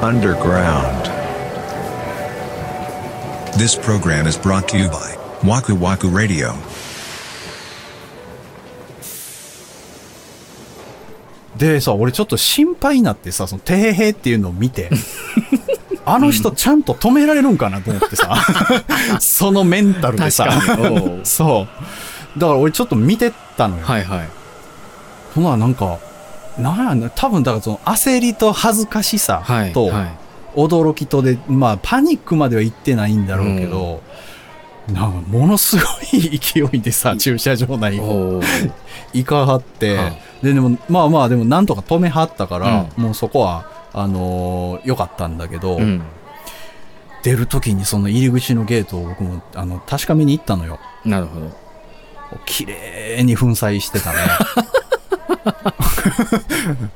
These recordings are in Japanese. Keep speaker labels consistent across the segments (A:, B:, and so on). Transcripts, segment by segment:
A: underground.
B: This program is brought to you by Waku Waku Radio.
C: でさ、俺ちょっと心配になってさ、その、てへへっていうのを見 て、あの人ちゃんと止められるんかなと思って さ、そのメンタルでさ、
D: 確かにおう
C: そう。だから俺ちょっと見てったのよ。
D: はいはい。
C: ほな、なんか、なんやね多分だからその焦りと恥ずかしさ
D: はい。
C: と
D: はい
C: 驚きとで、まあパニックまでは行ってないんだろうけど、なんかものすごい勢いでさ、駐車場内を
D: おー
C: 行かはって、
D: はあ
C: で、でも、まあまあ、でもなんとか止めはったから、もうそこは、あのー良かったんだけど、
D: うん。
C: 出る時にその入り口のゲートを僕も、あの、確かめに行ったのよ。
D: なるほど。
C: 綺麗に粉砕して たね。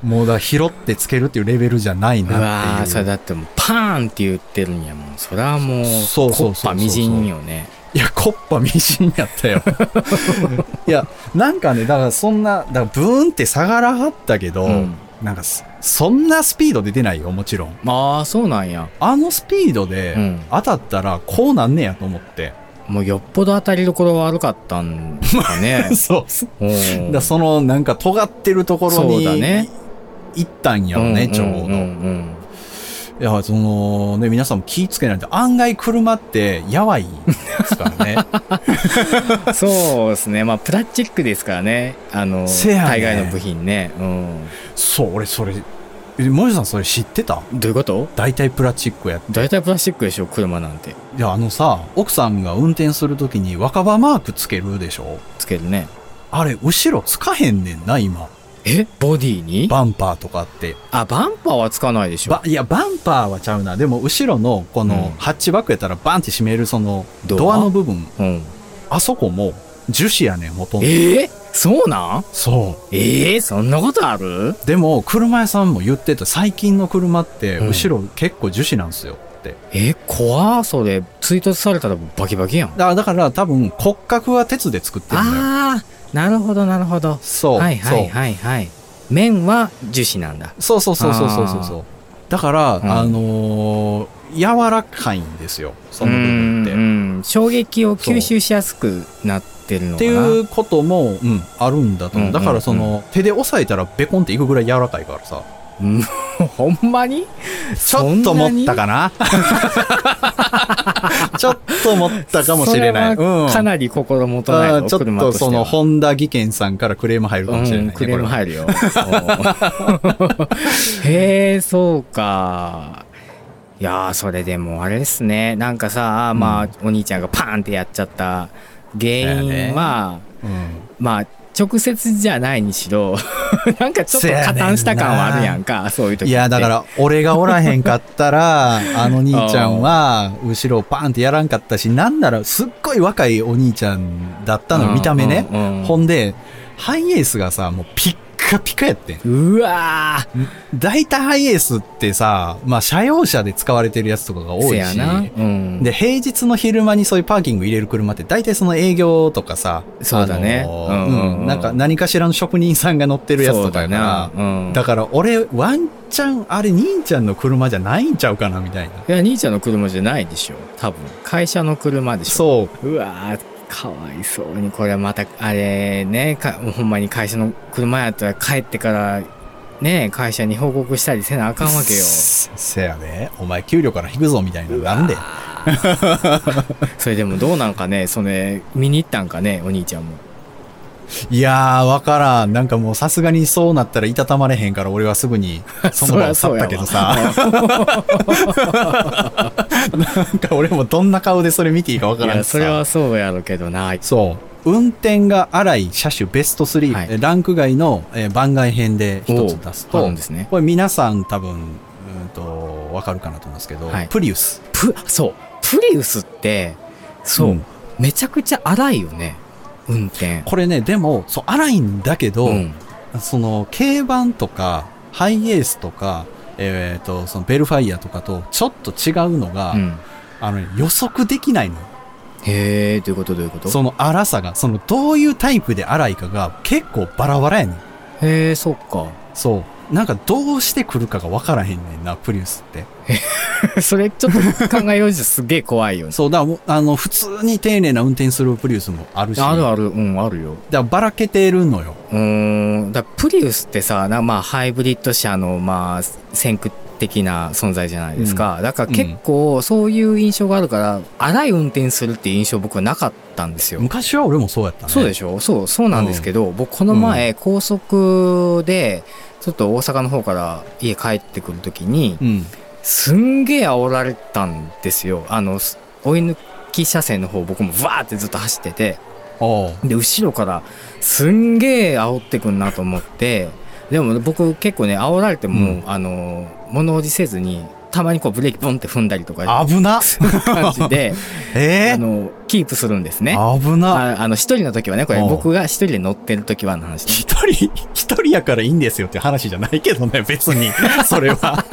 C: もうだ、拾ってつけるっていうレベルじゃないう
D: わ
C: な
D: ー、
C: って
D: そ
C: い
D: れ
C: う。
D: だってもう、パーンって言ってるんやもん。それはもう、
C: そうそうそうそう
D: コッパみじんよね。
C: いや、コッパみじんやった よ。いや、なんかね、だからそんな、だからブーンって下がらはったけど、
D: うん
C: なんかそ、そんなスピードで出ないよ、もちろん。
D: ああ、そうなんや。
C: あのスピードで
D: うん
C: 当たったらこうなんねやと思って。。
D: もうよっぽど当たりどころ悪かったんだね
C: そうそう。
D: おー
C: だからそのなんか尖ってるところ
D: そう
C: に
D: だね
C: 行ったんやろね、ちょうど。
D: んうん
C: いや、そのね、皆さんも気ぃつけないと案外車ってやばいですから ね。
D: うんそうですね。まあ、プラスチックですからね。あの、
C: せやね
D: 海外の部品ね。う
C: そう、俺それ、えもじさんそれ知ってた
D: ん。どういうこと
C: 大体プラスチックや。
D: 大体プラスチックでしょ、車なんて。
C: いや、あのさ、奥さんが運転するときに若葉マークつけるでしょ
D: つけるね。
C: あれ、後ろつかへんねんな、今。
D: えボディに
C: バンパーとかって。
D: あ、バンパーはつかないでしょ
C: ば。いや、バンパーはちゃうな。でも、後ろの、この
D: う、ん
C: ハッチバックやったら、バンって閉める、その、
D: ドア
C: ドアの部分、
D: うん。
C: あそこも、樹脂やねん、ほとんど。
D: えー、そうなん
C: そ
D: えー、そんなことある
C: う。でも、車屋さんも言ってた、最近の車って、
D: うん
C: 後ろ結構樹脂なんですよって。
D: えー、怖ーそれ。追突されたらバキバキやん。
C: だだから、多分、骨格は鉄で作ってるんだよ。
D: あー、なるほど、なるほど。
C: そう。
D: はいはいはいはい。面は樹脂なんだ。
C: そうそうそうそうそうそうそう。だから、
D: ん
C: あのー柔らかいんですよ、その部分って。
D: うんうん衝撃を吸収しやすくなってるの
C: っ
D: か
C: て
D: な
C: いうことも、うん、あるんだと思う。
D: うん
C: だからそ
D: うん
C: の、手で押さえたらベコンっていくぐらい柔らかいからさ。
D: うんほんまに
C: ちょっと持ったかなちょっと持ったかもしれない。
D: そは
C: うん
D: かなり心もとない
C: あ
D: の、
C: ーちょっ
D: 車
C: と
D: して
C: そ
D: は
C: の、本田技研さんからクレーム入るかもしれない、ね
D: うん、クレーム入るよ。 へえ、そうか。いやー、それでもあれですね。なんかさ、まあ、お兄ちゃんがパーンってやっちゃった原因は、
C: これうん
D: まあ、直接じゃないにしろ、 なんかちょっと
C: せやね
D: 加
C: んな
D: 担した感はあるやんか、そういう時っ
C: い
D: て。
C: や、だから、俺がおらへんかったら、あの兄ちゃんは、後ろをパンってやらんかったし、なんなら、すっごい若いお兄ちゃんだったのよ、見た目ね。
D: うんうん
C: ほんで、ハイエースがさ、もうピッカピカやってん。
D: うわー
C: 大体ハイエースってさ、まあ、車用車で使われてるやつとかが多
D: せ
C: い
D: や
C: し、
D: な。うん。
C: で、平日の昼間にそういうパーキング入れる車って、大体その営業とかさ、
D: そうだね
C: あの
D: うんうんうん
C: うんなんか何かしらの職人さんが乗ってるやつ
D: そ
C: と
D: う
C: か
D: だ
C: やから
D: な。、うん。
C: だから俺、ワンチャン、あれ、兄ちゃんの車じゃないんちゃうかな、みたいな。
D: いや、兄ちゃんの車じゃないでしょ。多分。会社の車でしょ。
C: そう
D: わーかわいそうにこれまたあれねかほんまに会社の車やったら帰ってからね会社に報告したりせなあか
C: う。
D: んわ けよ
C: せせやね。お前、給料から引くぞ、みたいな。なんで
D: それでもどうなんかねそれ見に行ったんかねお兄ちゃんも
C: いやー、わからん。なんかもう、さすがにそうなったらいたたまれへんから、俺はすぐ に、その場を去ったけどさ。 なんか俺もどんな顔でそれ見ていいかわ
D: い
C: からん
D: や
C: しさ
D: それはそうやろうけどな
C: そう。運転が荒い車種ベスト3、
D: はい
C: えランク外の、えー番外編で一つ出す
D: おうあ
C: と、
D: るんですね
C: これ皆さん多分、うんと、わかるかなと思うんですけど、
D: はい
C: プリウス。
D: プそうプリウスってそう、
C: うん
D: めちゃくちゃ荒いよね運転
C: これね、でも、そう、荒いんだけど、
D: うん
C: その、軽バンとか、ハイエースとか、えっ、と、その、ベルファイアとかと、ちょっと違うのが、
D: うん
C: あのね、予測できないのよ。
D: へえどういうことどういうこと
C: その荒さが、その、どういうタイプで荒いかが、結構バラバラやねん。
D: へえそっか
C: そう。なんかどうして来るかが分からへんねんな、プリウスって。
D: それちょっと考えようじゃすげえ怖いよね。
C: そう、だからもうあの、普通に丁寧な運転するプリウスもあるし。
D: ある
C: だか
D: ある、うん、あるよ。
C: らばらけてるのよ。
D: うーん、だからプリウスってさ、なまあ、ハイブリッド車の、まあ、先駆的な存在じゃないですか。だから結構、そういう印象があるから、荒い運転するっていう印象僕はなかったんですよ。
C: 昔は俺もそうやったね。
D: そう
C: ょ。
D: でしょそう、そうなんですけど、僕この前、高速で、ちょっと大阪の方から家帰ってくるときに、
C: うん。
D: すんげえ煽られたんですよ。あの、す追い抜き車線の方僕もわーってずっと走ってて、
C: おう
D: で、後ろからすんげえ煽ってくんなと思って、でも僕結構ね、煽られても、
C: うん
D: あの、物おじせずに、たまにこうブレーキボンって踏んだりとか、
C: 危 な
D: 感じで、
C: え
D: あの、キープするんですね。
C: ー、危な
D: ああの、一人の時はね、これ
C: おう
D: 僕が一人で乗ってる時はの 話ね。
C: 一人、一人やからいいんですよって話じゃないけどね、別 に。それは。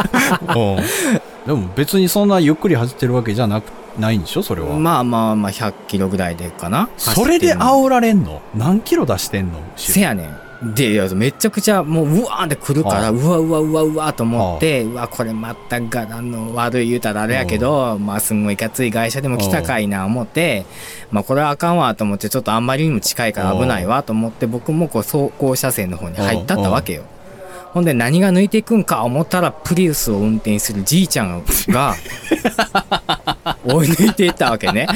C: でも別にそんなゆっくり走ってるわけじゃなく、ないんでしょそれは。
D: まあまあまあ、100キロぐらいでかな。
C: それで
D: 煽
C: 煽られんの何キロ出してんの後ろ
D: せやねん。で、いやめちゃくちゃもう、うわーって来るか
C: は
D: ら、
C: あ
D: うわうわうわうわと思って、うわ、これまた柄の悪い言うたらあれやけど、まあ、すんごいいかつい会社でも来たかいな思って、まあ、これはあかんわと思って、ちょっとあんまりにも近いから危ないわと思って、僕もこう、走行車線の方に入ったったわけよ。ほんで、何が抜いていくんか思ったら、プリウスを運転するじいちゃんが、 追い抜いていったわけね。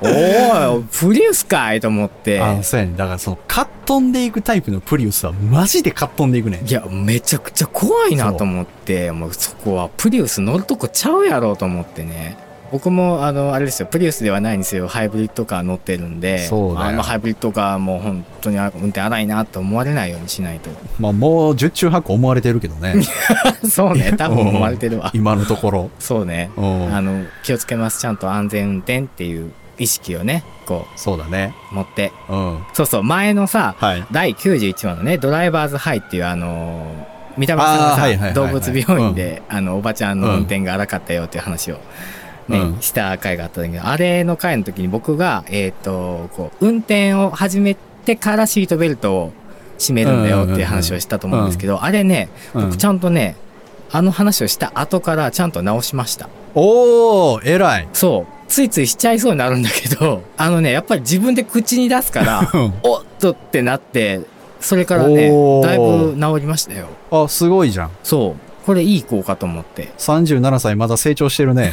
D: おーい、プリウスかいと思って。
C: あの、そうやねん。だからその、かっ飛んでいくタイプのプリウスはマジでかっ飛んでいくねん
D: い。や、めちゃくちゃ怖いなと思って、もうそこはプリウス乗るとこちゃうやろうと思ってね。僕も、あの、あれですよ、プリウスではないんですよ、ハイブリッドカー乗ってるんで、
C: そうだよ
D: あのハイブリッドカーも本当にあ運転荒いなと思われないようにしないと。
C: まあもう、十中八九思われてるけど ね。
D: そうね、多分思われてるわ
C: うん。今のところ。
D: そうね。
C: うん
D: あの、気をつけます、ちゃんと安全運転っていう意識をね、こ
C: そうだね。
D: う、持って。
C: うん。
D: そうそう、前のさ、
C: はい。
D: 第91話のね、ドライバーズハイっていう、あのー、三田村さんが
C: あー
D: さ、
C: はいはいはい
D: 動
C: はい
D: 物病院で、あの、おばちゃんの運転が荒かったよっていう話を、ね、
C: うん
D: した回があったんだけど、あれの回の時に僕が、えっ、と、こう、運転を始めてからシートベルトを締めるんだよっていう話をしたと思うんですけど、あれね、
C: うん
D: 僕ちゃんとね、あの話をした後からちゃんと直しました。
C: おー、偉い。
D: そう。ついついしちゃいそうになるんだけど、あのね、やっぱり自分で口に出すから、おっとってなって、それからね
C: お、ー
D: だいぶ治りましたよ。
C: あ、すごいじゃん。
D: そう。これいい効果と思って。
C: 37歳まだ成長してるね。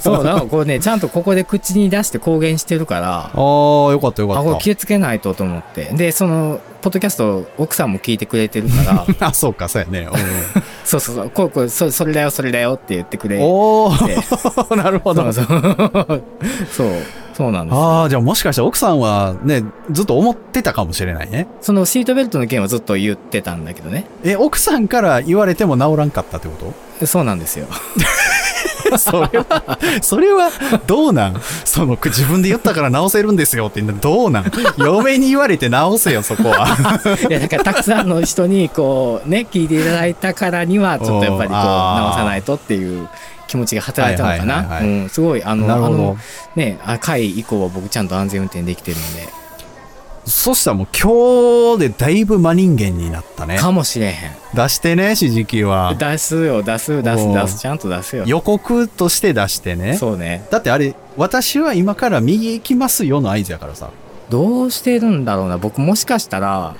D: そう、だからこれね、ちゃんとここで口に出して公言してるか
C: あ
D: ら、
C: ー、よかったよ
D: あ、こ
C: か
D: れ
C: っ
D: 気をつけないとと思って。で、その、ポッドキャスト、奥さんも聞いてくれてるか ら、
C: た。あ、そうか、そうやね。う
D: そうそうそう、これ、これ、そそれだよ、それだよって言ってくれ
C: ん
D: て。
C: おー、 なるほ
D: そ
C: ど
D: う。そう。そう、そうなんです。
C: ああ、じゃあもしかしたら奥さんはね、ずっと思ってたかもしれないね。
D: そのシートベルトの件はずっと言ってたんだけどね。
C: え、奥さんから言われても治らんかったってこと
D: そうなんですよ。
C: それは、それはどうなんその、自分で言ったから治せるんですよってどうなん嫁に言われて治せよ、そこは。
D: いやだからたくさんの人にこうね聞いていただいたからにはちょっとやっぱりこう
C: おーあー
D: 直さないとっていう気持ちが働いたの
C: は
D: か
C: いはい
D: な
C: はいは
D: うんすごいあの
C: なる
D: あ
C: ほど
D: のねあ回以降は僕ちゃんと安全運転できてるん
C: そしたらもう今日でだいぶ真人間になったね
D: で。かもしれへん
C: 出してね、指示器は。
D: 出すよ出す出す
C: おー
D: 出すちゃんと出すよ
C: 予告として出してね。
D: そうね
C: だってあれ、私は今から右行きますよの合図やからさ。
D: どうしてるんだろうな僕もしかしたら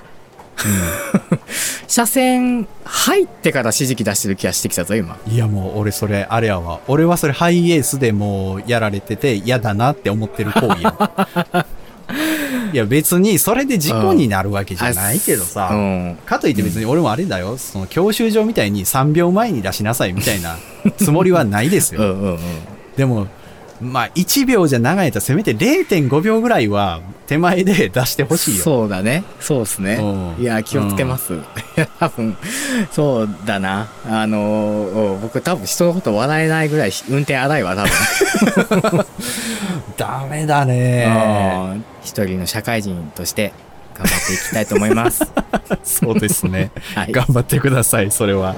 D: 車線入ってから指示器出してる気がしてきたぞ今
C: いやもう俺それあれやわ俺はそれハイエースでもうやられてて嫌だなって思ってる行為やわ いや別にそれで事故になるわけじゃないけどさ、
D: うん
C: かといって別に俺もあれだよ、その教習所みたいに3秒前に出しなさいみたい なつもりはないです
D: う
C: よ、
D: んうんうん
C: でもまあ1秒じゃ長いとせめて0.5秒ぐらいは手前で出してほしいよ
D: そうだね。そうですね。
C: うん
D: いや、気をつけます。いや、 多分、そうだな。あのーうん僕多分人のこと笑えないぐらい運転荒いわ、多分。
C: ダメだね
D: うん一人の社会人として頑張っていきたいと思います。
C: そうですね、
D: はい
C: 頑張ってくださいそれは